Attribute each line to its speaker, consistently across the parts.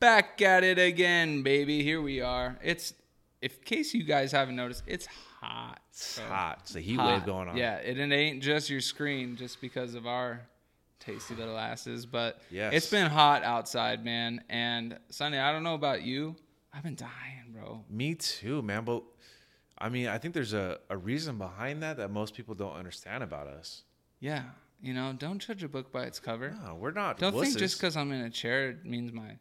Speaker 1: back at it again, baby. Here we are. It's if in case you guys haven't noticed, it's hot.
Speaker 2: It's hot. It's a heat
Speaker 1: Hot.
Speaker 2: wave going on.
Speaker 1: Yeah, it, it ain't just your screen, just because of our tasty little asses. But
Speaker 2: Yes.
Speaker 1: it's been hot outside, man. And Sunday, I don't know about you. I've been dying, bro.
Speaker 2: Me too, man. But I mean, I think there's a, a reason behind that that most people don't understand about us.
Speaker 1: Yeah, you know, don't judge a book by its cover.
Speaker 2: No, we're not.
Speaker 1: Don't
Speaker 2: Ah, wusses.
Speaker 1: think just because I'm in a chair it means my,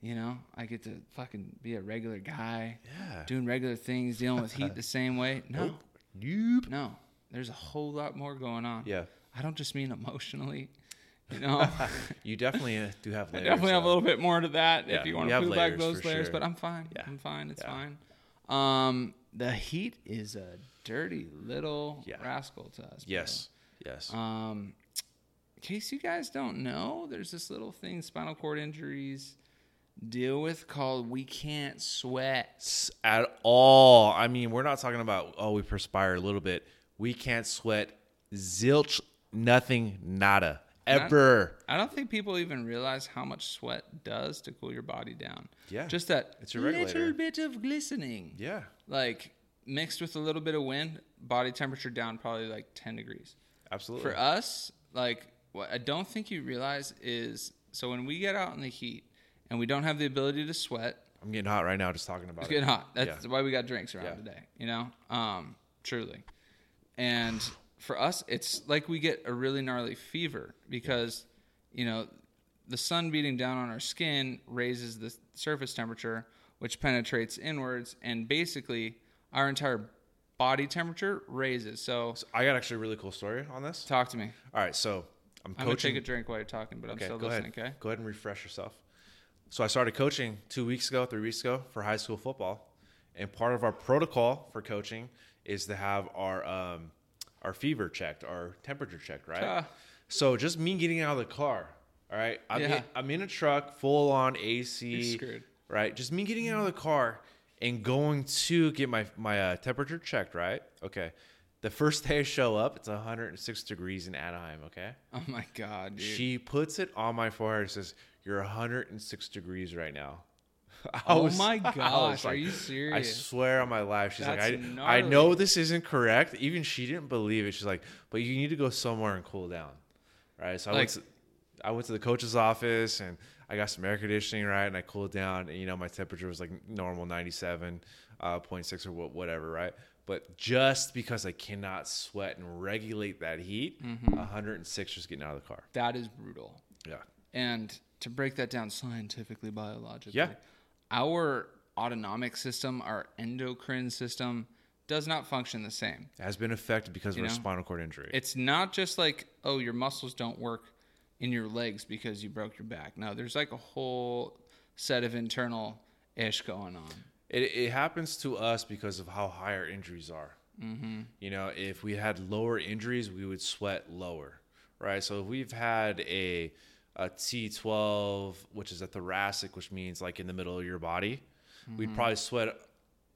Speaker 1: you know, I get to fucking be a regular guy,
Speaker 2: Yeah.
Speaker 1: doing regular things, dealing with heat the same way. No,
Speaker 2: Nope. Nope.
Speaker 1: no, there's a whole lot more going on.
Speaker 2: Yeah.
Speaker 1: I don't just mean emotionally, you know.
Speaker 2: You definitely uh, do have
Speaker 1: I
Speaker 2: layers.
Speaker 1: definitely have a
Speaker 2: though.
Speaker 1: little bit more to that
Speaker 2: Yeah,
Speaker 1: if you
Speaker 2: you
Speaker 1: want to
Speaker 2: have
Speaker 1: peel back
Speaker 2: layers
Speaker 1: those
Speaker 2: for
Speaker 1: layers,
Speaker 2: sure.
Speaker 1: but I'm fine.
Speaker 2: Yeah,
Speaker 1: I'm fine. It's
Speaker 2: yeah.
Speaker 1: fine. Um, the heat is a dirty little
Speaker 2: Yeah.
Speaker 1: rascal to us. bro.
Speaker 2: Yes. Yes.
Speaker 1: Um, in case you guys don't know, there's this little thing spinal cord injuries deal with called we can't sweat.
Speaker 2: S- At all. I mean, we're not talking about, oh, we perspire a little bit. We can't sweat zilch, nothing, nada, ever.
Speaker 1: I don't think people even realize how much sweat does to cool your body down.
Speaker 2: Yeah.
Speaker 1: Just that
Speaker 2: It's your regulator.
Speaker 1: little bit of glistening.
Speaker 2: yeah.
Speaker 1: Like mixed with a little bit of wind, body temperature down probably like 10 degrees.
Speaker 2: Absolutely.
Speaker 1: For us, like what I don't think you realize is so when we get out in the heat and we don't have the ability to sweat,
Speaker 2: I'm getting hot right now just talking about
Speaker 1: it's
Speaker 2: it.
Speaker 1: getting hot. That's
Speaker 2: Yeah.
Speaker 1: why we got drinks around
Speaker 2: Yeah.
Speaker 1: today, you know? Um, truly. And for us, it's like we get a really gnarly fever because, you know, the sun beating down on our skin raises the surface temperature, which penetrates inwards, and basically our entire body temperature raises. So,
Speaker 2: So I got actually a really cool story on this.
Speaker 1: talk to me.
Speaker 2: All right. So I'm
Speaker 1: I'm
Speaker 2: coaching.
Speaker 1: going to take a drink while you're talking, but I'm
Speaker 2: Okay,
Speaker 1: still
Speaker 2: go
Speaker 1: listening,
Speaker 2: ahead.
Speaker 1: okay?
Speaker 2: Go ahead and refresh yourself. So I started coaching two weeks ago, three weeks ago for high school football, and part of our protocol for coaching is to have our um, our fever checked, our temperature checked, right?
Speaker 1: Ah.
Speaker 2: So just me getting out of the car, all right? I'm,
Speaker 1: Yeah.
Speaker 2: in, I'm in a truck, full on AC,
Speaker 1: You're screwed.
Speaker 2: right? Just me getting out of the car and going to get my my uh, temperature checked, right? Okay. The first day I show up, it's 106 degrees in Anaheim. Okay.
Speaker 1: Oh my God, dude.
Speaker 2: She puts it on my forehead and says, You're 106 degrees right now. I
Speaker 1: Oh my gosh, are you
Speaker 2: I
Speaker 1: serious?
Speaker 2: swear on my life. She's
Speaker 1: That's
Speaker 2: like, I, I
Speaker 1: gnarly.
Speaker 2: know this isn't correct. Even she didn't believe it. She's like, But you need to go somewhere and cool down. Right. So I, went,
Speaker 1: Like-
Speaker 2: to, I went to the coach's office and I got some air conditioning, right? And I cooled down. And, you know, my temperature was like normal 97.6 or wha- whatever, right? But just because I cannot sweat and regulate that heat,
Speaker 1: Mm-hmm.
Speaker 2: 106 just getting out of the car.
Speaker 1: that is brutal.
Speaker 2: Yeah.
Speaker 1: And to break that down scientifically, biologically,
Speaker 2: Yeah.
Speaker 1: our autonomic system, our endocrine system, does not function the same.
Speaker 2: has been affected because of her
Speaker 1: know?
Speaker 2: spinal cord injury.
Speaker 1: It's not just like, oh, your muscles don't work in your legs because you broke your back. No, there's like a whole set of internal ish going on.
Speaker 2: It, it happens to us because of how high our injuries are. Mm-hmm. You know, if we had lower injuries, we would sweat lower, right? So if we've had a a T12, which is a thoracic, which means like in the middle of your body, we'd probably sweat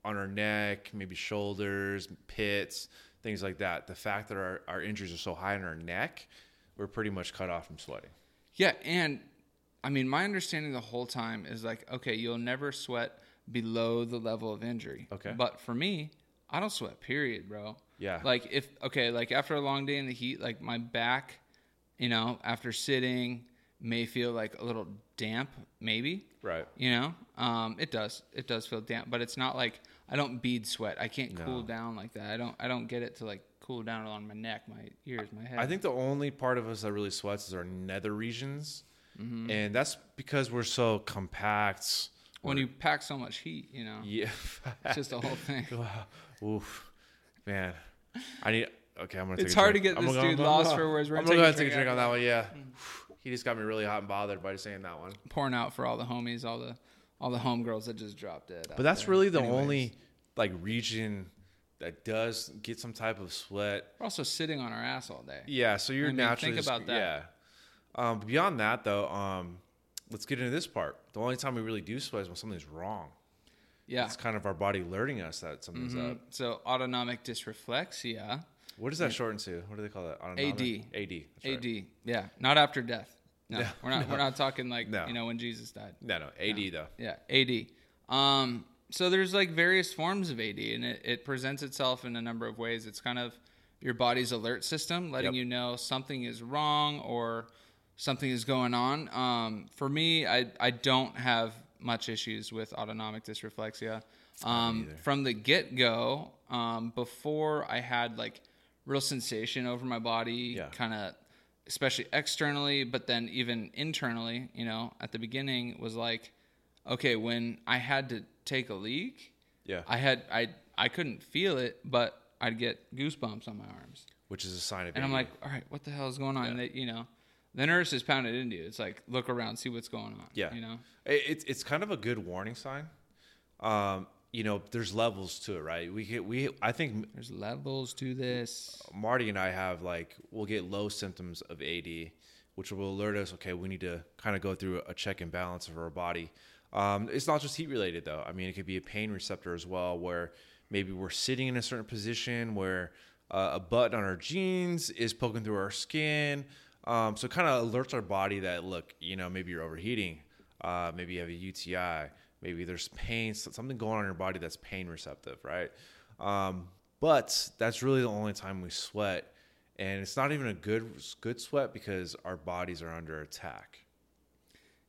Speaker 2: on our neck, maybe shoulders, pits, things like that. The fact that our, our injuries are so high in our neck, we're pretty much cut off from sweating.
Speaker 1: Yeah. And I mean, my understanding the whole time is like, okay, you'll never sweat below the level of injury.
Speaker 2: Okay.
Speaker 1: But for me, I don't sweat, period, bro.
Speaker 2: Yeah.
Speaker 1: Like if okay, like after a long day in the heat, like my back, you know, after sitting may feel like a little damp, maybe.
Speaker 2: Right.
Speaker 1: You know, um, it does. It does feel damp, but it's not like I don't bead sweat. I can't cool
Speaker 2: No.
Speaker 1: down like that. I don't. I don't get it to like cool down along my neck, my ears, my head.
Speaker 2: I think the only part of us that really sweats is our nether regions, and that's because we're so compact.
Speaker 1: when you pack so much heat, you know,
Speaker 2: Yeah.
Speaker 1: it's just the whole thing.
Speaker 2: Oof, man. I need. Okay, I'm gonna. Take
Speaker 1: It's
Speaker 2: a
Speaker 1: hard
Speaker 2: drink.
Speaker 1: to get
Speaker 2: I'm
Speaker 1: this
Speaker 2: gonna go-
Speaker 1: dude
Speaker 2: I'm gonna
Speaker 1: lost
Speaker 2: go-
Speaker 1: for words. We're
Speaker 2: I'm
Speaker 1: gonna
Speaker 2: gonna go ahead and
Speaker 1: take
Speaker 2: take
Speaker 1: a
Speaker 2: a drink on that one. Yeah. He just got me really hot and bothered by saying that one.
Speaker 1: Pouring out for all the homies, all the all the homegirls that just dropped dead.
Speaker 2: But that's really the only like region that does get some type of sweat.
Speaker 1: We're also sitting on our ass all day.
Speaker 2: Yeah, so you're
Speaker 1: I mean,
Speaker 2: naturally
Speaker 1: think
Speaker 2: just-
Speaker 1: about that.
Speaker 2: Yeah. Um, beyond that, though, um, let's get into this part. The only time we really do sweat is when something's wrong.
Speaker 1: Yeah. Mm-hmm. Um,
Speaker 2: It's kind of our body alerting us that something's up.
Speaker 1: So autonomic dysreflexia,
Speaker 2: What does that shorten to? What do they call that? Autonomic?
Speaker 1: AD.
Speaker 2: AD. that's right.
Speaker 1: AD. Yeah, not after death. No, we're not. We're not talking like
Speaker 2: No.
Speaker 1: you know when Jesus died.
Speaker 2: No, no, AD though.
Speaker 1: Yeah, AD. Um, so there's like various forms of AD, and it, it presents itself in a number of ways. It's kind of your body's alert system, letting
Speaker 2: Yep.
Speaker 1: you know something is wrong or something is going on. Um, for me, I I don't have much issues with autonomic dysreflexia. Um, from the get go, um, before I had like real sensation over my body,
Speaker 2: Yeah.
Speaker 1: kind of especially externally but then even internally you know at the beginning was like okay when i had to take a leak
Speaker 2: Yeah,
Speaker 1: i had i i couldn't feel it but i'd get goosebumps on my arms
Speaker 2: which is a sign of.
Speaker 1: and i'm
Speaker 2: AD.
Speaker 1: like all right what the hell is going on And they, you know the nurse is pounded into you it's like look around see what's going on
Speaker 2: Yeah.
Speaker 1: you know
Speaker 2: It- it's it's kind of a good warning sign. Um, you know, there's levels to it, right? We get, we I think
Speaker 1: there's levels to this
Speaker 2: Marty and I have like we'll get low symptoms of AD, which will alert us. Okay, we need to kind of go through a check and balance of our body. Um, it's not just heat related though. I mean, it could be a pain receptor as well, where maybe we're sitting in a certain position where uh, a button on our jeans is poking through our skin. Um, so it kind of alerts our body that look, you know, maybe you're overheating. Uh, maybe you have a UTI. Maybe there's pain, so- something going on in your body that's pain receptive, right? Um, but that's really the only time we sweat, and it's not even a good good sweat because our bodies are under attack.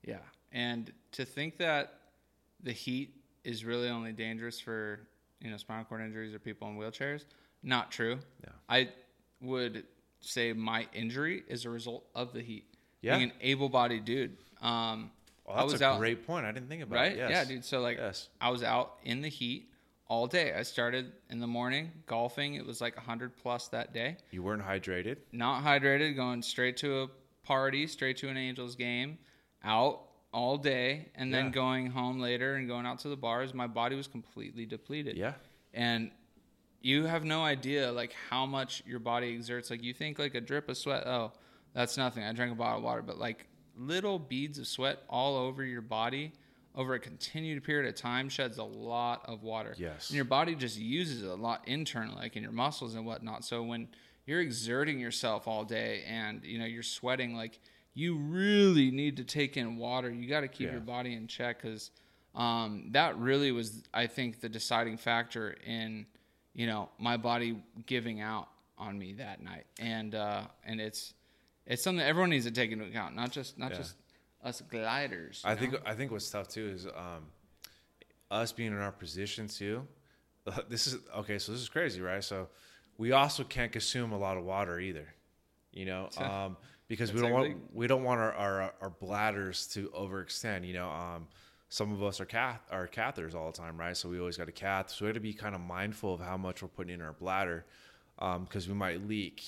Speaker 1: yeah and to think that the heat is really only dangerous for you know spinal cord injuries or people in wheelchairs not true
Speaker 2: Yeah.
Speaker 1: I would say my injury is a result of the heat.
Speaker 2: Yeah.
Speaker 1: Being an able bodied dude. Um,
Speaker 2: Well,
Speaker 1: I
Speaker 2: that's
Speaker 1: was
Speaker 2: a
Speaker 1: out,
Speaker 2: great point. I didn't think about
Speaker 1: right?
Speaker 2: it. Yes.
Speaker 1: Yeah, dude. So, like,
Speaker 2: Yes.
Speaker 1: I was out in the heat all day. I started in the morning golfing. It was like 100 plus that day.
Speaker 2: You weren't hydrated.
Speaker 1: Not hydrated, going straight to a party, straight to an Angels game, out all day, and then
Speaker 2: Yeah.
Speaker 1: going home later and going out to the bars. My body was completely depleted
Speaker 2: Yeah.
Speaker 1: and you have no idea like how much your body exerts like you think like a drip of sweat oh that's nothing i drank a bottle of water but like little beads of sweat all over your body over a continued period of time sheds a lot of water
Speaker 2: Yes.
Speaker 1: and your body just uses it a lot internal like in your muscles and whatnot so when you're exerting yourself all day and you know you're sweating like you really need to take in water you got to keep
Speaker 2: Yeah.
Speaker 1: your body in check because um, that really was, I think, the deciding factor in, you know, my body giving out on me that night, and uh, and it's it's something everyone needs to take into account, not just not
Speaker 2: Yeah.
Speaker 1: just us gliders.
Speaker 2: I
Speaker 1: you
Speaker 2: think
Speaker 1: know?
Speaker 2: I think what's tough too is um, us being in our position too. This is okay. So this is crazy, right? So we also can't consume a lot of water either, you know, um, because we
Speaker 1: That's
Speaker 2: don't want
Speaker 1: everything.
Speaker 2: we don't want our, our our bladders to overextend. You know, um, some of us are cath are catheters all the time, right? So we always got a cath. So we got to be kind of mindful of how much we're putting in our bladder because we might leak.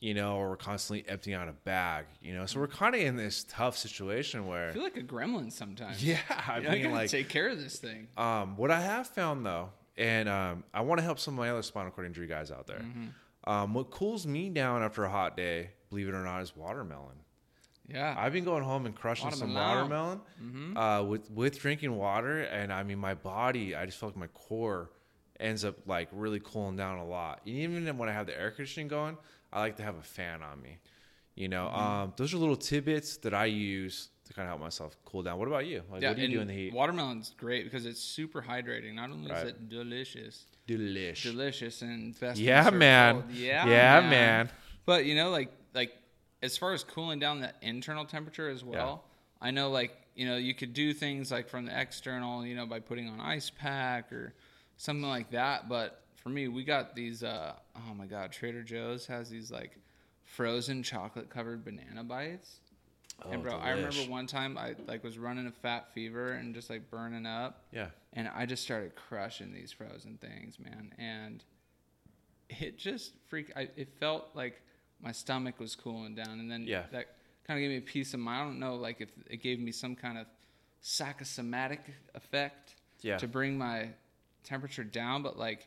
Speaker 2: You know, or we're constantly emptying out a bag. You know, so we're kind of in this tough situation where
Speaker 1: I feel like a gremlin sometimes.
Speaker 2: yeah, I
Speaker 1: I
Speaker 2: mean,
Speaker 1: gotta
Speaker 2: like,
Speaker 1: take care of this thing.
Speaker 2: um, what I have found though, and um, I want to help some of my other spinal cord injury guys out there.
Speaker 1: Mm-hmm.
Speaker 2: Um, what cools me down after a hot day, believe it or not, is watermelon.
Speaker 1: Yeah,
Speaker 2: I've been going home and crushing some
Speaker 1: Watermelon. Mm-hmm.
Speaker 2: watermelon uh, with with drinking water, and I mean, my body, I just feel like my core ends up like really cooling down a lot. And even when I have the air conditioning going, I like to have a fan on me. You know,
Speaker 1: Mm-hmm.
Speaker 2: um, those are little tidbits that I use to kind of help myself cool down. What about you? Like,
Speaker 1: yeah.
Speaker 2: what do you
Speaker 1: and
Speaker 2: do in the heat?
Speaker 1: Watermelon's great because it's super hydrating. Not only
Speaker 2: Right.
Speaker 1: is it delicious,
Speaker 2: Delish.
Speaker 1: delicious and best. in
Speaker 2: Yeah,
Speaker 1: the served
Speaker 2: man.
Speaker 1: world.
Speaker 2: Yeah,
Speaker 1: Yeah,
Speaker 2: man.
Speaker 1: But you know, like like as far as cooling down the internal temperature as well, I know like you know you could do things like from the external, you know, by putting on ice pack or something like that. But for me, we got these. uh Oh my god, Trader Joe's has these like frozen chocolate covered banana bites. and
Speaker 2: Oh,
Speaker 1: bro, I remember
Speaker 2: delish.
Speaker 1: one time I like was running a fat fever and just like burning up
Speaker 2: Yeah.
Speaker 1: and I just started crushing these frozen things, man. And it just freak. I, it felt like my stomach was cooling down, and then
Speaker 2: Yeah.
Speaker 1: that kind of gave me peace of mind. I don't know, like if it gave me some kind of psychosomatic effect
Speaker 2: Yeah.
Speaker 1: to bring my temperature down, but like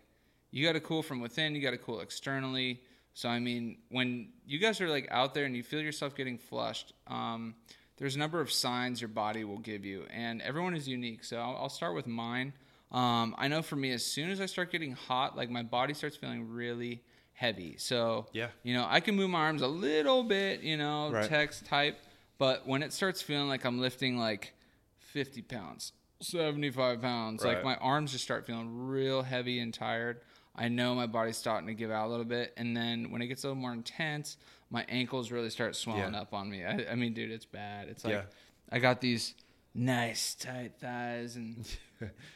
Speaker 1: you got to cool from within, you got to cool externally. So I mean, when you guys are like out there and you feel yourself getting flushed, um, there's a number of signs your body will give you, and everyone is unique. So I'll, I'll start with mine. Um, I know for me, as soon as I start getting hot, like my body starts feeling really heavy. So
Speaker 2: Yeah.
Speaker 1: you know, I can move my arms a little bit, you know,
Speaker 2: Right.
Speaker 1: text type, But when it starts feeling like I'm lifting like 50 pounds, 75 pounds, like
Speaker 2: Right.
Speaker 1: my arms just start feeling real heavy and tired. I know my body's starting to give out a little bit. And then when it gets a little more intense, my ankles really start swelling
Speaker 2: Yeah.
Speaker 1: up on me. I, I mean, dude, it's bad. It's like
Speaker 2: Yeah.
Speaker 1: I got these nice tight thighs and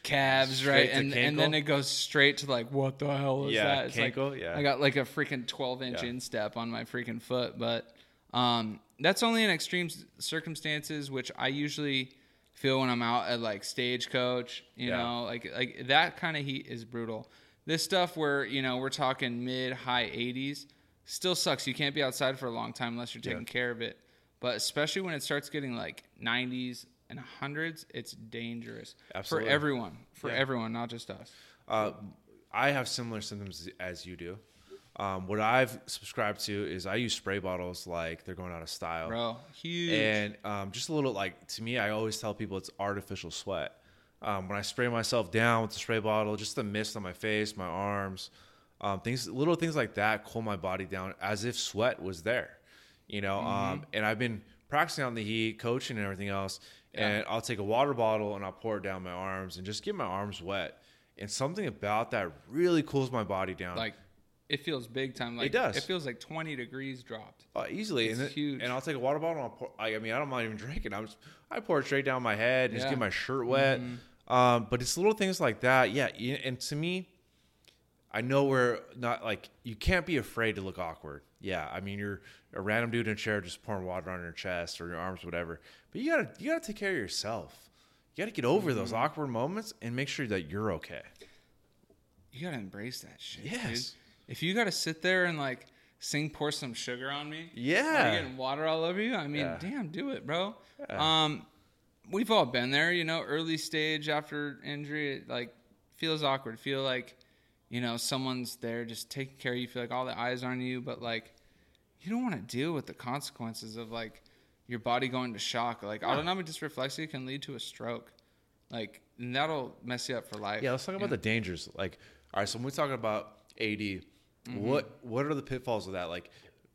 Speaker 1: calves, right?
Speaker 2: Straight to
Speaker 1: And, and then
Speaker 2: cankle?
Speaker 1: it goes straight to like, what the hell is
Speaker 2: Yeah,
Speaker 1: that? It's like,
Speaker 2: cankle, yeah.
Speaker 1: I got like a freaking 12 inch
Speaker 2: Yeah.
Speaker 1: instep on my freaking foot. But um, that's only in extreme s- circumstances, which I usually feel when I'm out at like stagecoach, you
Speaker 2: Yeah.
Speaker 1: know, like like that kind of heat is brutal. This stuff where you know we're talking mid high 80s still sucks. You can't be outside for a long time unless you're taking care of it. But especially when it starts getting like 90s and 100s, it's dangerous
Speaker 2: Absolutely.
Speaker 1: for everyone, for
Speaker 2: Yeah.
Speaker 1: everyone, not just us.
Speaker 2: Uh, I have similar symptoms as you do. Um, what I've subscribed to is I use spray bottles like they're going out of style.
Speaker 1: Bro, huge.
Speaker 2: And um, just a little like to me, I always tell people it's artificial sweat. Um, when I spray myself down with the spray bottle, just the mist on my face, my arms, um, things, little things like that, cool my body down as if sweat was there, you know.
Speaker 1: Mm-hmm.
Speaker 2: Um, and I've been practicing out in the heat, coaching and everything else. And I'll take a water bottle and I'll pour it down my arms and just get my arms wet. And something about that really cools my body down.
Speaker 1: like it feels big time. Like
Speaker 2: does.
Speaker 1: It feels like 20 degrees dropped.
Speaker 2: Uh, easily,
Speaker 1: It's
Speaker 2: and then,
Speaker 1: huge.
Speaker 2: And I'll take a water bottle. And I'll pour, I, I mean, I don't mind even drinking. I'm just, I pour it straight down my head and just
Speaker 1: Yeah. Mm-hmm.
Speaker 2: get my shirt wet. Um, but it's little things like that. Yeah, y- and to me, I know we're not like you can't be afraid to look awkward. Yeah, I mean, you're a random dude in a chair just pouring water on your chest or your arms, whatever. But you gotta you gotta take care of yourself. You gotta get over
Speaker 1: Mm-hmm.
Speaker 2: those awkward moments and make sure that you're okay.
Speaker 1: You gotta embrace that shit. dude.
Speaker 2: Yes.
Speaker 1: If you gotta sit there and like sing pour some sugar on me,
Speaker 2: Yeah.
Speaker 1: you're getting water all over you. I mean,
Speaker 2: Yeah.
Speaker 1: damn, do it, bro. Um, we've all been there, you know, early stage after injury, it like feels awkward. Feel like, you know, someone's there just taking care of you. Feel like all the eyes are on you, but like, you don't want to deal with the consequences of like your body going to shock. Like autonomic dysreflexia can lead to a stroke, like, and that'll mess you up for life.
Speaker 2: Yeah, let's talk about the dangers. Like, all right, so when we're talking about AD,
Speaker 1: Mm-hmm.
Speaker 2: what what are the pitfalls of that? Like,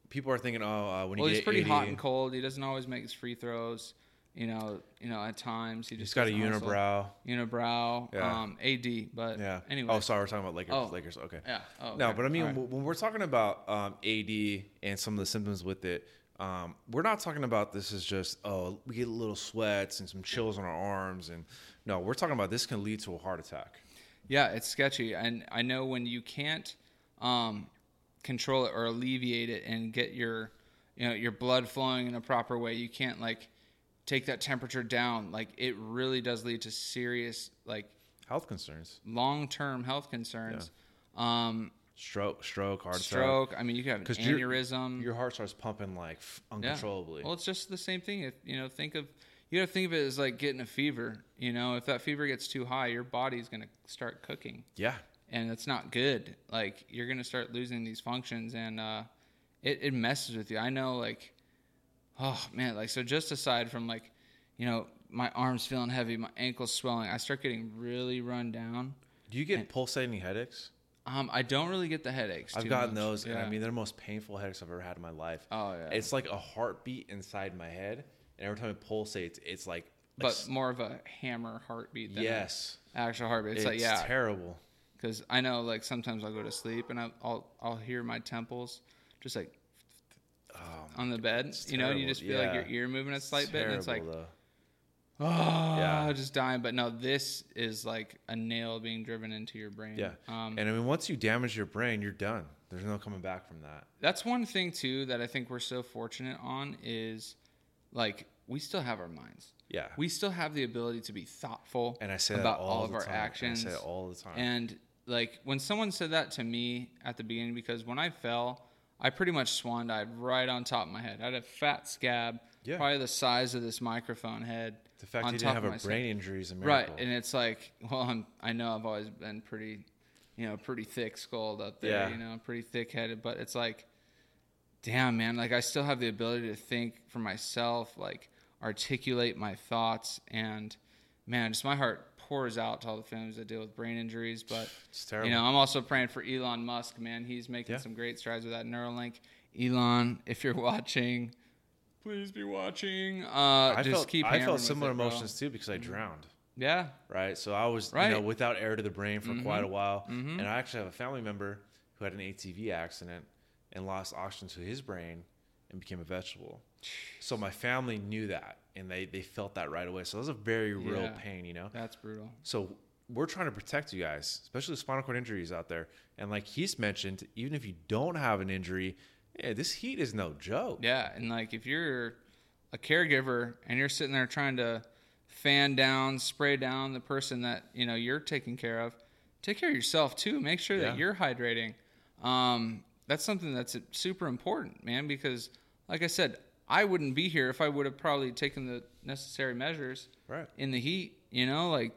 Speaker 2: people are thinking, oh, uh, when
Speaker 1: Well,
Speaker 2: you
Speaker 1: he's
Speaker 2: get
Speaker 1: pretty
Speaker 2: AD,
Speaker 1: hot and cold. He doesn't always make his free throws. You know, you know, at times he
Speaker 2: he's
Speaker 1: just
Speaker 2: got a
Speaker 1: doesn't hustle.
Speaker 2: unibrow.
Speaker 1: unibrow,
Speaker 2: Yeah.
Speaker 1: um, AD. But
Speaker 2: Yeah.
Speaker 1: anyway,
Speaker 2: Oh, sorry, we're talking about Lakers.
Speaker 1: Oh.
Speaker 2: Lakers. Okay.
Speaker 1: yeah. Oh,
Speaker 2: No,
Speaker 1: okay.
Speaker 2: but I mean,
Speaker 1: All right.
Speaker 2: w when we're talking about um, AD and some of the symptoms with it, um, we're not talking about this is just oh we get little sweats and some chills on our arms and no, we're talking about this can lead to a heart attack.
Speaker 1: yeah, it's sketchy, and I know when you can't um, control it or alleviate it and get your, you know, your blood flowing in a proper way, you can't like take that temperature down. Like it really does lead to serious, like
Speaker 2: Health concerns,
Speaker 1: long-term health concerns. Um,
Speaker 2: stroke, stroke, heart attack.
Speaker 1: stroke. I mean, you could have an
Speaker 2: 'Cause your-
Speaker 1: aneurysm.
Speaker 2: your heart starts pumping like f-
Speaker 1: Yeah.
Speaker 2: uncontrollably.
Speaker 1: Well, it's just the same thing. If you know, think of you got to think of it as like getting a fever. You know, if that fever gets too high, your body's gonna start cooking,
Speaker 2: Yeah,
Speaker 1: and that's not good. Like you're gonna start losing these functions, and uh, it it messes with you. I know, like, oh man, like so. Just aside from like, you know, my arms feeling heavy, my ankles swelling, I start getting really run down.
Speaker 2: Do you get pulsating headaches?
Speaker 1: Um, I don't really get the headaches.
Speaker 2: I've
Speaker 1: too
Speaker 2: gotten
Speaker 1: much.
Speaker 2: those, and
Speaker 1: Yeah.
Speaker 2: I mean, they're the most painful headaches I've ever had in my life.
Speaker 1: Oh, yeah.
Speaker 2: It's like a heartbeat inside my head, and every time it pulsates, it's like, a
Speaker 1: but
Speaker 2: s-
Speaker 1: more of a hammer heartbeat than yes.
Speaker 2: yes,
Speaker 1: actual heartbeat.
Speaker 2: it's,
Speaker 1: It's, like yeah,
Speaker 2: terrible.
Speaker 1: because I know like sometimes I'll go to sleep and I- I'll I'll hear my temples just like
Speaker 2: Um,
Speaker 1: on the bed, you know, and you
Speaker 2: terrible.
Speaker 1: just feel like your
Speaker 2: Yeah.
Speaker 1: ear moving a slight bit, and it's like
Speaker 2: terrible, though.
Speaker 1: oh,
Speaker 2: Yeah.
Speaker 1: just dying. But no, this is like a nail being driven into your brain.
Speaker 2: yeah.
Speaker 1: um,
Speaker 2: and I mean, once you damage your brain, you're done. There's no coming back from that.
Speaker 1: that's one thing too that I think we're so fortunate on is like we still have our minds.
Speaker 2: Yeah.
Speaker 1: We still have the ability to be thoughtful
Speaker 2: and I say
Speaker 1: about
Speaker 2: that all,
Speaker 1: all, of
Speaker 2: the
Speaker 1: our
Speaker 2: time.
Speaker 1: actions.
Speaker 2: I say it all the time.
Speaker 1: And like when someone said that to me at the beginning, because when I fell, I pretty much swan dived right on top of my head. I had a fat scab,
Speaker 2: Yeah.
Speaker 1: probably the size of this microphone head.
Speaker 2: the fact
Speaker 1: on
Speaker 2: that you
Speaker 1: top
Speaker 2: didn't have
Speaker 1: of
Speaker 2: a
Speaker 1: my
Speaker 2: brain injury is a
Speaker 1: scab- right?
Speaker 2: miracle.
Speaker 1: And it's like, well, I'm, I know I've always been pretty, you know, pretty thick skulled up there,
Speaker 2: Yeah.
Speaker 1: you know, pretty thick headed, but it's like, damn, man, like I still have the ability to think for myself, like articulate my thoughts, and man, just my heart pours out to all the families that deal with brain injuries, but.
Speaker 2: it's terrible.
Speaker 1: You know, I'm also praying for Elon Musk, man. He's making
Speaker 2: Yeah.
Speaker 1: some great strides with that Neuralink. Elon, if you're watching, Please be watching. Uh,
Speaker 2: I
Speaker 1: just
Speaker 2: felt,
Speaker 1: keep.
Speaker 2: I
Speaker 1: hammering
Speaker 2: felt
Speaker 1: with
Speaker 2: similar
Speaker 1: it, bro. Mm-hmm.
Speaker 2: emotions too because I drowned.
Speaker 1: Yeah,
Speaker 2: right? So I was you know
Speaker 1: Right. Mm-hmm.
Speaker 2: without air to the brain for quite a while, and I actually have a family member who had an ATV accident and lost oxygen to his brain and became a vegetable. So my family knew that and they they felt that right away. So that was a very real
Speaker 1: Yeah.
Speaker 2: pain, you know.
Speaker 1: that's brutal.
Speaker 2: So we're trying to protect you guys, especially with spinal cord injuries out there. And like he's mentioned, even if you don't have an injury, yeah, this heat is no joke.
Speaker 1: Yeah, and like if you're a caregiver and you're sitting there trying to fan down, spray down the person that you know you're taking care of, take care of yourself too. Make sure
Speaker 2: Yeah.
Speaker 1: that you're hydrating. Um, that's something that's super important, man. Because like I said, I wouldn't be here if I would have probably taken the necessary measures
Speaker 2: Right.
Speaker 1: in the heat. You know, like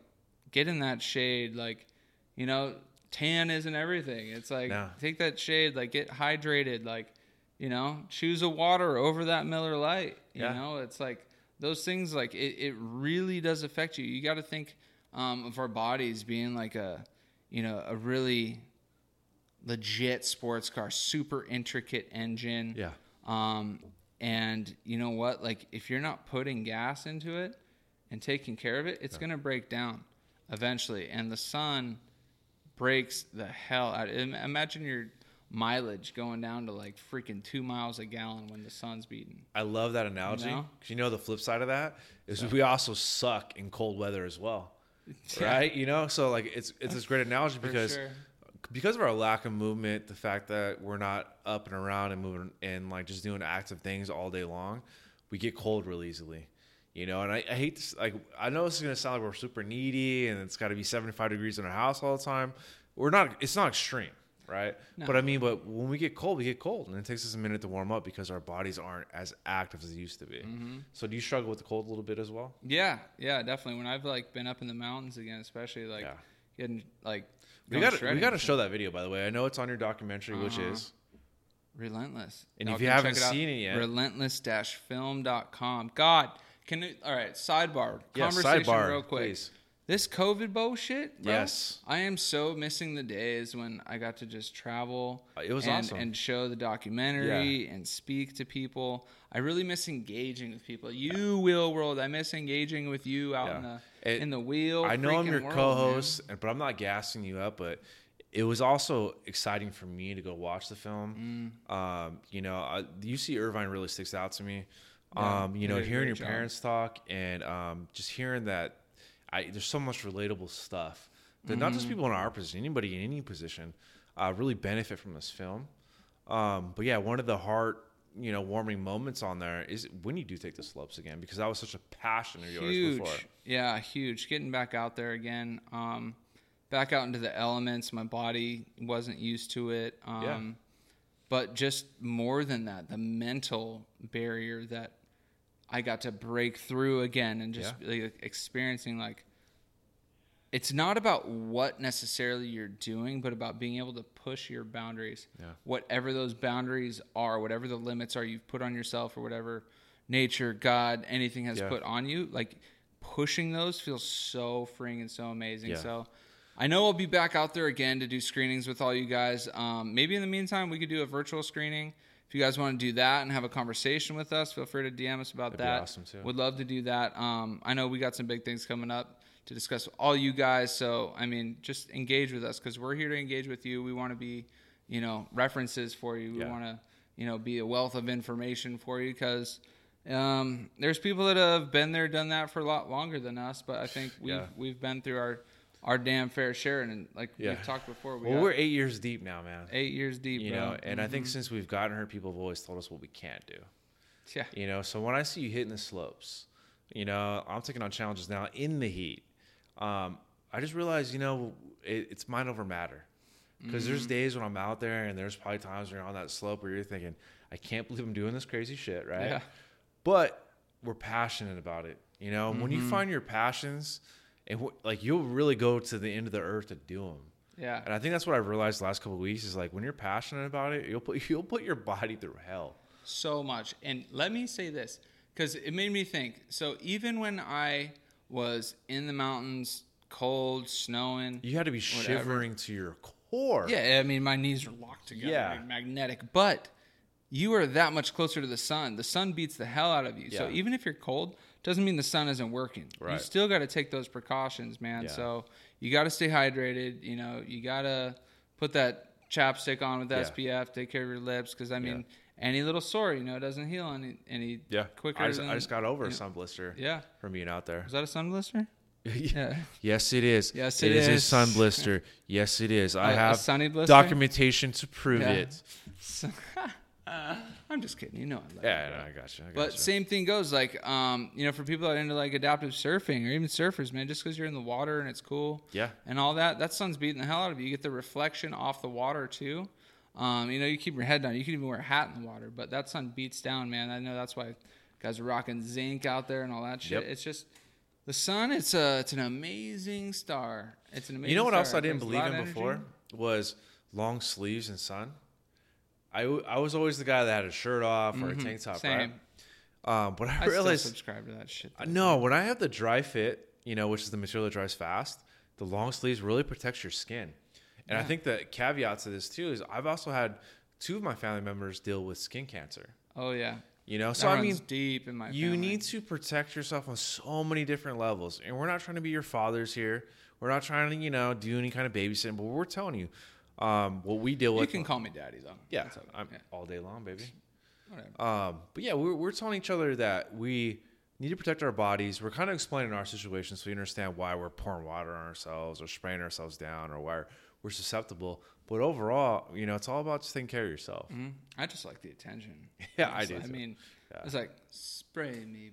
Speaker 1: get in that shade, like you know. Tan isn't everything. It's like
Speaker 2: No.
Speaker 1: take that shade, like get hydrated, like you know, choose a water over that Miller Light. You
Speaker 2: Yeah.
Speaker 1: know, it's like those things. Like it, it really does affect you. You got to think um, of our bodies being like a, you know, a really legit sports car, super intricate engine.
Speaker 2: Yeah.
Speaker 1: Um, and you know what? Like, if you're not putting gas into it and taking care of it, it's going to break down eventually. And the sun breaks the hell out. Im- Imagine your mileage going down to like freaking two miles a gallon when the sun's beating.
Speaker 2: I love that analogy.
Speaker 1: know?
Speaker 2: 'Cause you know the flip side of that is we also suck in cold weather as well.
Speaker 1: Yeah.
Speaker 2: Right? You know, so like it's it's this great analogy because
Speaker 1: sure.
Speaker 2: because of our lack of movement, the fact that we're not up and around and moving and like just doing active things all day long, we get cold real easily. You know, and I, I hate this. Like, I know this is gonna sound like we're super needy, and it's got to be seventy-five degrees in our house all the time. We're not. It's not extreme, right? But I mean, but when we get cold, we get cold, and it takes us a minute to warm up because our bodies aren't as active as they used to be.
Speaker 1: Mm-hmm.
Speaker 2: So, do you struggle with the cold a little bit as well?
Speaker 1: Yeah, yeah, definitely. When I've like been up in the mountains again, especially like
Speaker 2: Yeah.
Speaker 1: getting like
Speaker 2: We
Speaker 1: going
Speaker 2: got to we
Speaker 1: shredding. Uh-huh.
Speaker 2: got to show that video, by the way. I know it's on your documentary, which is
Speaker 1: Relentless.
Speaker 2: And
Speaker 1: Y'all
Speaker 2: if you
Speaker 1: can check
Speaker 2: haven't
Speaker 1: out,
Speaker 2: seen it yet-
Speaker 1: relentless-film.com. God, can it, all right, sidebar.
Speaker 2: Yeah,
Speaker 1: conversation
Speaker 2: sidebar,
Speaker 1: real quick.
Speaker 2: please.
Speaker 1: This COVID bullshit, bro,
Speaker 2: Yes.
Speaker 1: I am so missing the days when I got to just travel
Speaker 2: Uh, it was
Speaker 1: and,
Speaker 2: awesome.
Speaker 1: and show the documentary and speak to people. I really miss engaging with people. You will world. I miss engaging with you out
Speaker 2: Yeah.
Speaker 1: in the
Speaker 2: It-
Speaker 1: in the wheel.
Speaker 2: I know I'm
Speaker 1: freaking
Speaker 2: your
Speaker 1: world,
Speaker 2: co-host, and but I'm not gassing you up. But it was also exciting for me to go watch the film.
Speaker 1: Mm.
Speaker 2: Um, you know, I, UC Irvine really sticks out to me. um, you
Speaker 1: they
Speaker 2: know,
Speaker 1: did a
Speaker 2: hearing
Speaker 1: great
Speaker 2: your
Speaker 1: job.
Speaker 2: parents talk and um, just hearing that, I there's so much relatable stuff that not
Speaker 1: Mm.
Speaker 2: just people in our position, anybody in any position, uh, really benefit from this film. Um, but yeah, one of the heart, you know, warming moments on there is when you do take the slopes again, because that was such a passion of yours
Speaker 1: huge.
Speaker 2: before.
Speaker 1: Yeah, huge. Getting back out there again. Um, back out into the elements. My body wasn't used to it. Um,
Speaker 2: Yeah.
Speaker 1: But just more than that, the mental barrier that I got to break through again and just like, experiencing like it's not about what necessarily you're doing, but about being able to push your boundaries.
Speaker 2: Yeah.
Speaker 1: Whatever those boundaries are, whatever the limits are you've put on yourself or whatever nature, God, anything has
Speaker 2: Yeah.
Speaker 1: put on you, like pushing those feels so freeing and so amazing.
Speaker 2: Yeah.
Speaker 1: So I know I'll be back out there again to do screenings with all you guys. Um, maybe in the meantime, we could do a virtual screening. If you guys want to do that and have a conversation with us, feel free to DM us about
Speaker 2: That'd be
Speaker 1: that.
Speaker 2: awesome, too.
Speaker 1: Would love to do that. Um, I know we got some big things coming up to discuss with all you guys. So I mean, just engage with us because we're here to engage with you. We want to be, you know, references for you. We
Speaker 2: Yeah.
Speaker 1: want to, you know, be a wealth of information for you because. Um, there's people that have been there, done that for a lot longer than us, but I think we've
Speaker 2: Yeah.
Speaker 1: we've been through our our damn fair share, and like
Speaker 2: Yeah.
Speaker 1: we've talked before, we
Speaker 2: well,
Speaker 1: got
Speaker 2: we're eight years deep now, man.
Speaker 1: eight years deep,
Speaker 2: you
Speaker 1: bro. Mm-hmm.
Speaker 2: know, and I think since we've gotten here, people have always told us what we can't do.
Speaker 1: yeah,
Speaker 2: You know, so when I see you hitting the slopes, you know, I'm taking on challenges now in the heat. Um, I just realized, you know, it, it's mind over matter. Because
Speaker 1: Mm-hmm.
Speaker 2: there's days when I'm out there, and there's probably times when you're on that slope where you're thinking, I can't believe I'm doing this crazy shit, right?
Speaker 1: Yeah.
Speaker 2: But we're passionate about it, you know. And When
Speaker 1: Mm-hmm.
Speaker 2: you find your passions, and wh- like you'll really go to the end of the earth to do them.
Speaker 1: yeah.
Speaker 2: And I think that's what I've realized the last couple of weeks is like when you're passionate about it, you'll put you'll put your body through hell.
Speaker 1: so much. And let me say this because it made me think. So even when I was in the mountains, cold, snowing,
Speaker 2: You had to be shivering to your core.
Speaker 1: yeah, I mean my knees are locked together,
Speaker 2: Yeah.
Speaker 1: like magnetic. But you are that much closer to the sun. The sun beats the hell out of you. So
Speaker 2: Yeah.
Speaker 1: even if you're cold, doesn't mean the sun isn't working. You
Speaker 2: Right.
Speaker 1: still got to take those precautions, man.
Speaker 2: Yeah.
Speaker 1: So you got to stay hydrated. You know, you got to put that chapstick on with
Speaker 2: Yeah.
Speaker 1: SPF. Take care of your lips because I mean, any little sore, you know, doesn't heal any any
Speaker 2: Yeah.
Speaker 1: quicker.
Speaker 2: I just,
Speaker 1: than,
Speaker 2: I just got over
Speaker 1: you
Speaker 2: a
Speaker 1: know-
Speaker 2: sun blister
Speaker 1: Yeah,
Speaker 2: from being out there.
Speaker 1: was that a sun blister? Yeah.
Speaker 2: Yes, it is.
Speaker 1: Yes, it
Speaker 2: it is. a
Speaker 1: is.
Speaker 2: sun blister. yes, it is. I
Speaker 1: A- a
Speaker 2: have
Speaker 1: sunny blister?
Speaker 2: documentation to prove
Speaker 1: Yeah.
Speaker 2: it.
Speaker 1: I'm just kidding. You know, I love
Speaker 2: Yeah,
Speaker 1: you,
Speaker 2: no,
Speaker 1: bro.
Speaker 2: I got you. I got
Speaker 1: But
Speaker 2: you.
Speaker 1: same thing goes like um, you know for people that are into like adaptive surfing or even surfers, man, just because you're in the water and it's cool,
Speaker 2: Yeah.
Speaker 1: and all that, that sun's beating the hell out of you. You get the reflection off the water too. Um, you know, you keep your head down. You can even wear a hat in the water, but that sun beats down, man. I know that's why guys are rocking zinc out there and all that shit.
Speaker 2: Yep.
Speaker 1: It's just the sun. It's a it's an amazing star. It's an amazing.
Speaker 2: you know what
Speaker 1: star.
Speaker 2: else I
Speaker 1: It
Speaker 2: didn't
Speaker 1: brings a lot
Speaker 2: believe in
Speaker 1: of
Speaker 2: before
Speaker 1: energy.
Speaker 2: was long sleeves and sun. I, w- I was always the guy that had a shirt off or a tank top,
Speaker 1: Mm-hmm. Same.
Speaker 2: right? Um, but I,
Speaker 1: I,
Speaker 2: realized
Speaker 1: still subscribe to that shit.
Speaker 2: Uh, No, when I have the dry fit, you know, which is the material that dries fast, the long sleeves really protects your skin. And I
Speaker 1: Yeah.
Speaker 2: think the caveat to this too is I've also had two of my family members deal with skin cancer.
Speaker 1: Oh yeah.
Speaker 2: You know, so
Speaker 1: That
Speaker 2: I mean,
Speaker 1: runs deep in my.
Speaker 2: you
Speaker 1: family.
Speaker 2: need to protect yourself on so many different levels. And we're not trying to be your fathers here. We're not trying to, you know, do any kind of babysitting. But we're telling you, um, what we deal
Speaker 1: You
Speaker 2: with.
Speaker 1: can call me daddy though.
Speaker 2: yeah,
Speaker 1: That's okay.
Speaker 2: I'm all day long, baby.
Speaker 1: Whatever.
Speaker 2: Um, but yeah, we're, we're telling each other that we need to protect our bodies. We're kind of explaining our situation so we understand why we're pouring water on ourselves or spraying ourselves down or why we're susceptible. But overall, you know, it's all about just taking care of yourself.
Speaker 1: Mhm. I just like the attention.
Speaker 2: Yeah, I
Speaker 1: Honestly.
Speaker 2: do
Speaker 1: I
Speaker 2: too.
Speaker 1: mean,
Speaker 2: Yeah.
Speaker 1: it's like spray me,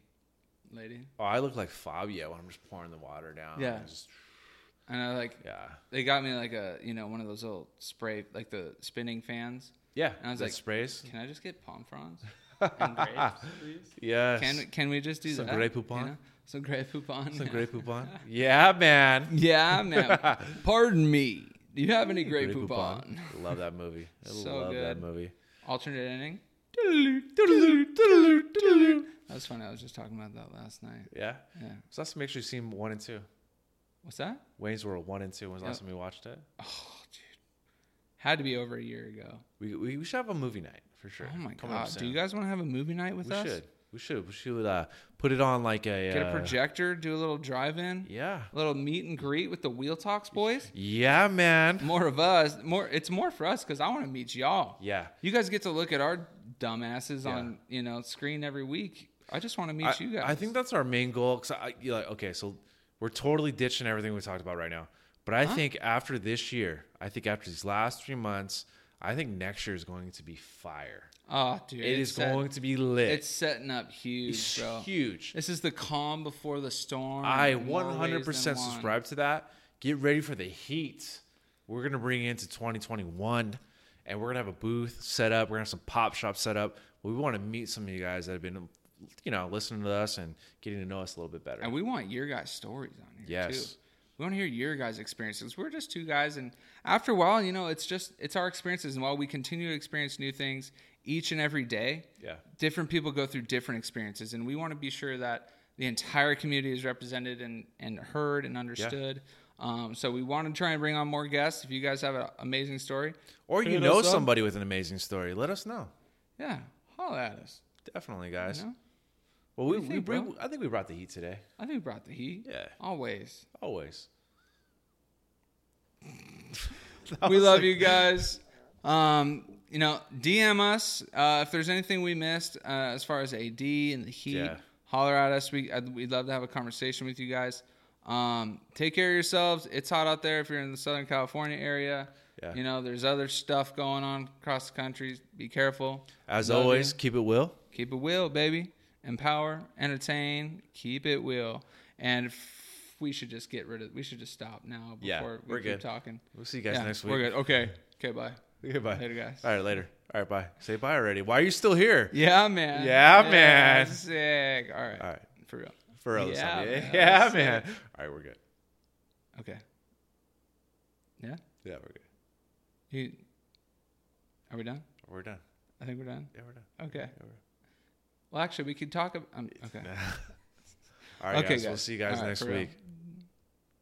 Speaker 1: lady.
Speaker 2: Oh, I look like Fabio when I'm just pouring the water down.
Speaker 1: Yeah.
Speaker 2: and just-
Speaker 1: And I like
Speaker 2: yeah.
Speaker 1: they got me like a you know one of those little spray like the spinning fans.
Speaker 2: Yeah.
Speaker 1: I was
Speaker 2: that
Speaker 1: like-
Speaker 2: sprays.
Speaker 1: Can I just get palm fronds and grapes, please?
Speaker 2: Yes.
Speaker 1: Can can we just do
Speaker 2: Some
Speaker 1: that?
Speaker 2: Grey
Speaker 1: you
Speaker 2: Poupon?
Speaker 1: know? Some gray poupon.
Speaker 2: Some great poupon. Yeah, man.
Speaker 1: yeah, man. Pardon me. Do you have any gray,
Speaker 2: Grey
Speaker 1: poupon?
Speaker 2: Love that movie. I
Speaker 1: So
Speaker 2: love that
Speaker 1: good.
Speaker 2: movie.
Speaker 1: Alternate ending. That was funny. I was just talking about that last night.
Speaker 2: Yeah.
Speaker 1: Yeah.
Speaker 2: So that's makes you seem one and two.
Speaker 1: What's that?
Speaker 2: Wayne's World one and two. When's the last
Speaker 1: Yep.
Speaker 2: time we watched it?
Speaker 1: Oh, dude. Had to be over a year ago.
Speaker 2: We, we, we should have a movie night for sure.
Speaker 1: Oh my
Speaker 2: Coming up
Speaker 1: god. Do
Speaker 2: soon.
Speaker 1: you guys want to have a movie night with
Speaker 2: We
Speaker 1: us?
Speaker 2: should. We should. We should uh, put it on like a.
Speaker 1: Get a
Speaker 2: uh,
Speaker 1: projector, do a little drive-in,
Speaker 2: Yeah.
Speaker 1: a little meet and greet with the Wheel Talks boys.
Speaker 2: Yeah, man.
Speaker 1: More of us. More. It's more for us because I want to meet y'all.
Speaker 2: Yeah.
Speaker 1: You guys get to look at our dumbasses
Speaker 2: Yeah.
Speaker 1: on you know screen every week. I just want to meet
Speaker 2: I,
Speaker 1: you guys.
Speaker 2: I think that's our main goal. Cause I, you're like, okay, so we're totally ditching everything we talked about right now. But I think after this year, I think after these last three months, I think next year is going to be fire.
Speaker 1: Oh, dude.
Speaker 2: It
Speaker 1: it's
Speaker 2: is
Speaker 1: set-
Speaker 2: going to be lit.
Speaker 1: It's setting up huge,
Speaker 2: It's
Speaker 1: bro.
Speaker 2: huge.
Speaker 1: This is the calm before the storm.
Speaker 2: I
Speaker 1: in more ways than
Speaker 2: 100%
Speaker 1: one.
Speaker 2: subscribe to that. Get ready for the heat. We're going to bring into 2021 and we're going to have a booth set up. We're going to have some pop shop set up. We want to meet some of you guys that have been, you know, listening to us and getting to know us a little bit better.
Speaker 1: And we want your guys' stories on here
Speaker 2: Yes.
Speaker 1: too. We want to hear your guys' experiences. We're just two guys, and after a while, you know, it's just it's our experiences. And while we continue to experience new things each and every day,
Speaker 2: Yeah.
Speaker 1: different people go through different experiences, and we want to be sure that the entire community is represented and and heard and understood. Um, so we want to try and bring on more guests. If you guys have an amazing story,
Speaker 2: Or you
Speaker 1: hit
Speaker 2: know
Speaker 1: us up.
Speaker 2: somebody with an amazing story, let us know.
Speaker 1: yeah, holla at us.
Speaker 2: Definitely, guys.
Speaker 1: You know?
Speaker 2: Well, we,
Speaker 1: do you
Speaker 2: we
Speaker 1: think,
Speaker 2: bring,
Speaker 1: bro?
Speaker 2: I think we brought the heat today.
Speaker 1: I think we brought the heat.
Speaker 2: Yeah.
Speaker 1: always.
Speaker 2: Always.
Speaker 1: we love you guys. Um, you know, DM us uh, if there's anything we missed uh, as far as AD and the heat.
Speaker 2: Yeah.
Speaker 1: Holler at us. We uh, we'd love to have a conversation with you guys. Um, take care of yourselves. It's hot out there if you're in the Southern California area.
Speaker 2: Yeah.
Speaker 1: You know, there's other stuff going on across the country. Be careful.
Speaker 2: As
Speaker 1: Love
Speaker 2: always,
Speaker 1: you.
Speaker 2: keep it will.
Speaker 1: keep it will, baby. Empower, entertain, keep it will. And f- we should just get rid of. We should just stop now before
Speaker 2: Yeah,
Speaker 1: we
Speaker 2: we're
Speaker 1: keep
Speaker 2: good.
Speaker 1: talking.
Speaker 2: We'll see you guys
Speaker 1: Yeah,
Speaker 2: next week.
Speaker 1: We're good. Okay. Okay. Bye.
Speaker 2: Goodbye.
Speaker 1: Later, guys.
Speaker 2: All right, later. All right, bye. Say bye already. Why are you still here?
Speaker 1: Yeah, man.
Speaker 2: Yeah, man.
Speaker 1: Sick. All right.
Speaker 2: All right.
Speaker 1: For real.
Speaker 2: For real.
Speaker 1: Yeah, man.
Speaker 2: Yeah, man. yeah, man. All right, we're good.
Speaker 1: Okay. Yeah.
Speaker 2: Yeah, we're good.
Speaker 1: You. Are we done?
Speaker 2: We're done.
Speaker 1: I think we're done.
Speaker 2: Yeah, we're done.
Speaker 1: Okay.
Speaker 2: Yeah, we're
Speaker 1: Well, actually, we could talk. Ab- um, okay.
Speaker 2: done. All right,
Speaker 1: Okay,
Speaker 2: guys. We'll
Speaker 1: guys.
Speaker 2: see you guys
Speaker 1: All right,
Speaker 2: next
Speaker 1: for real.
Speaker 2: week.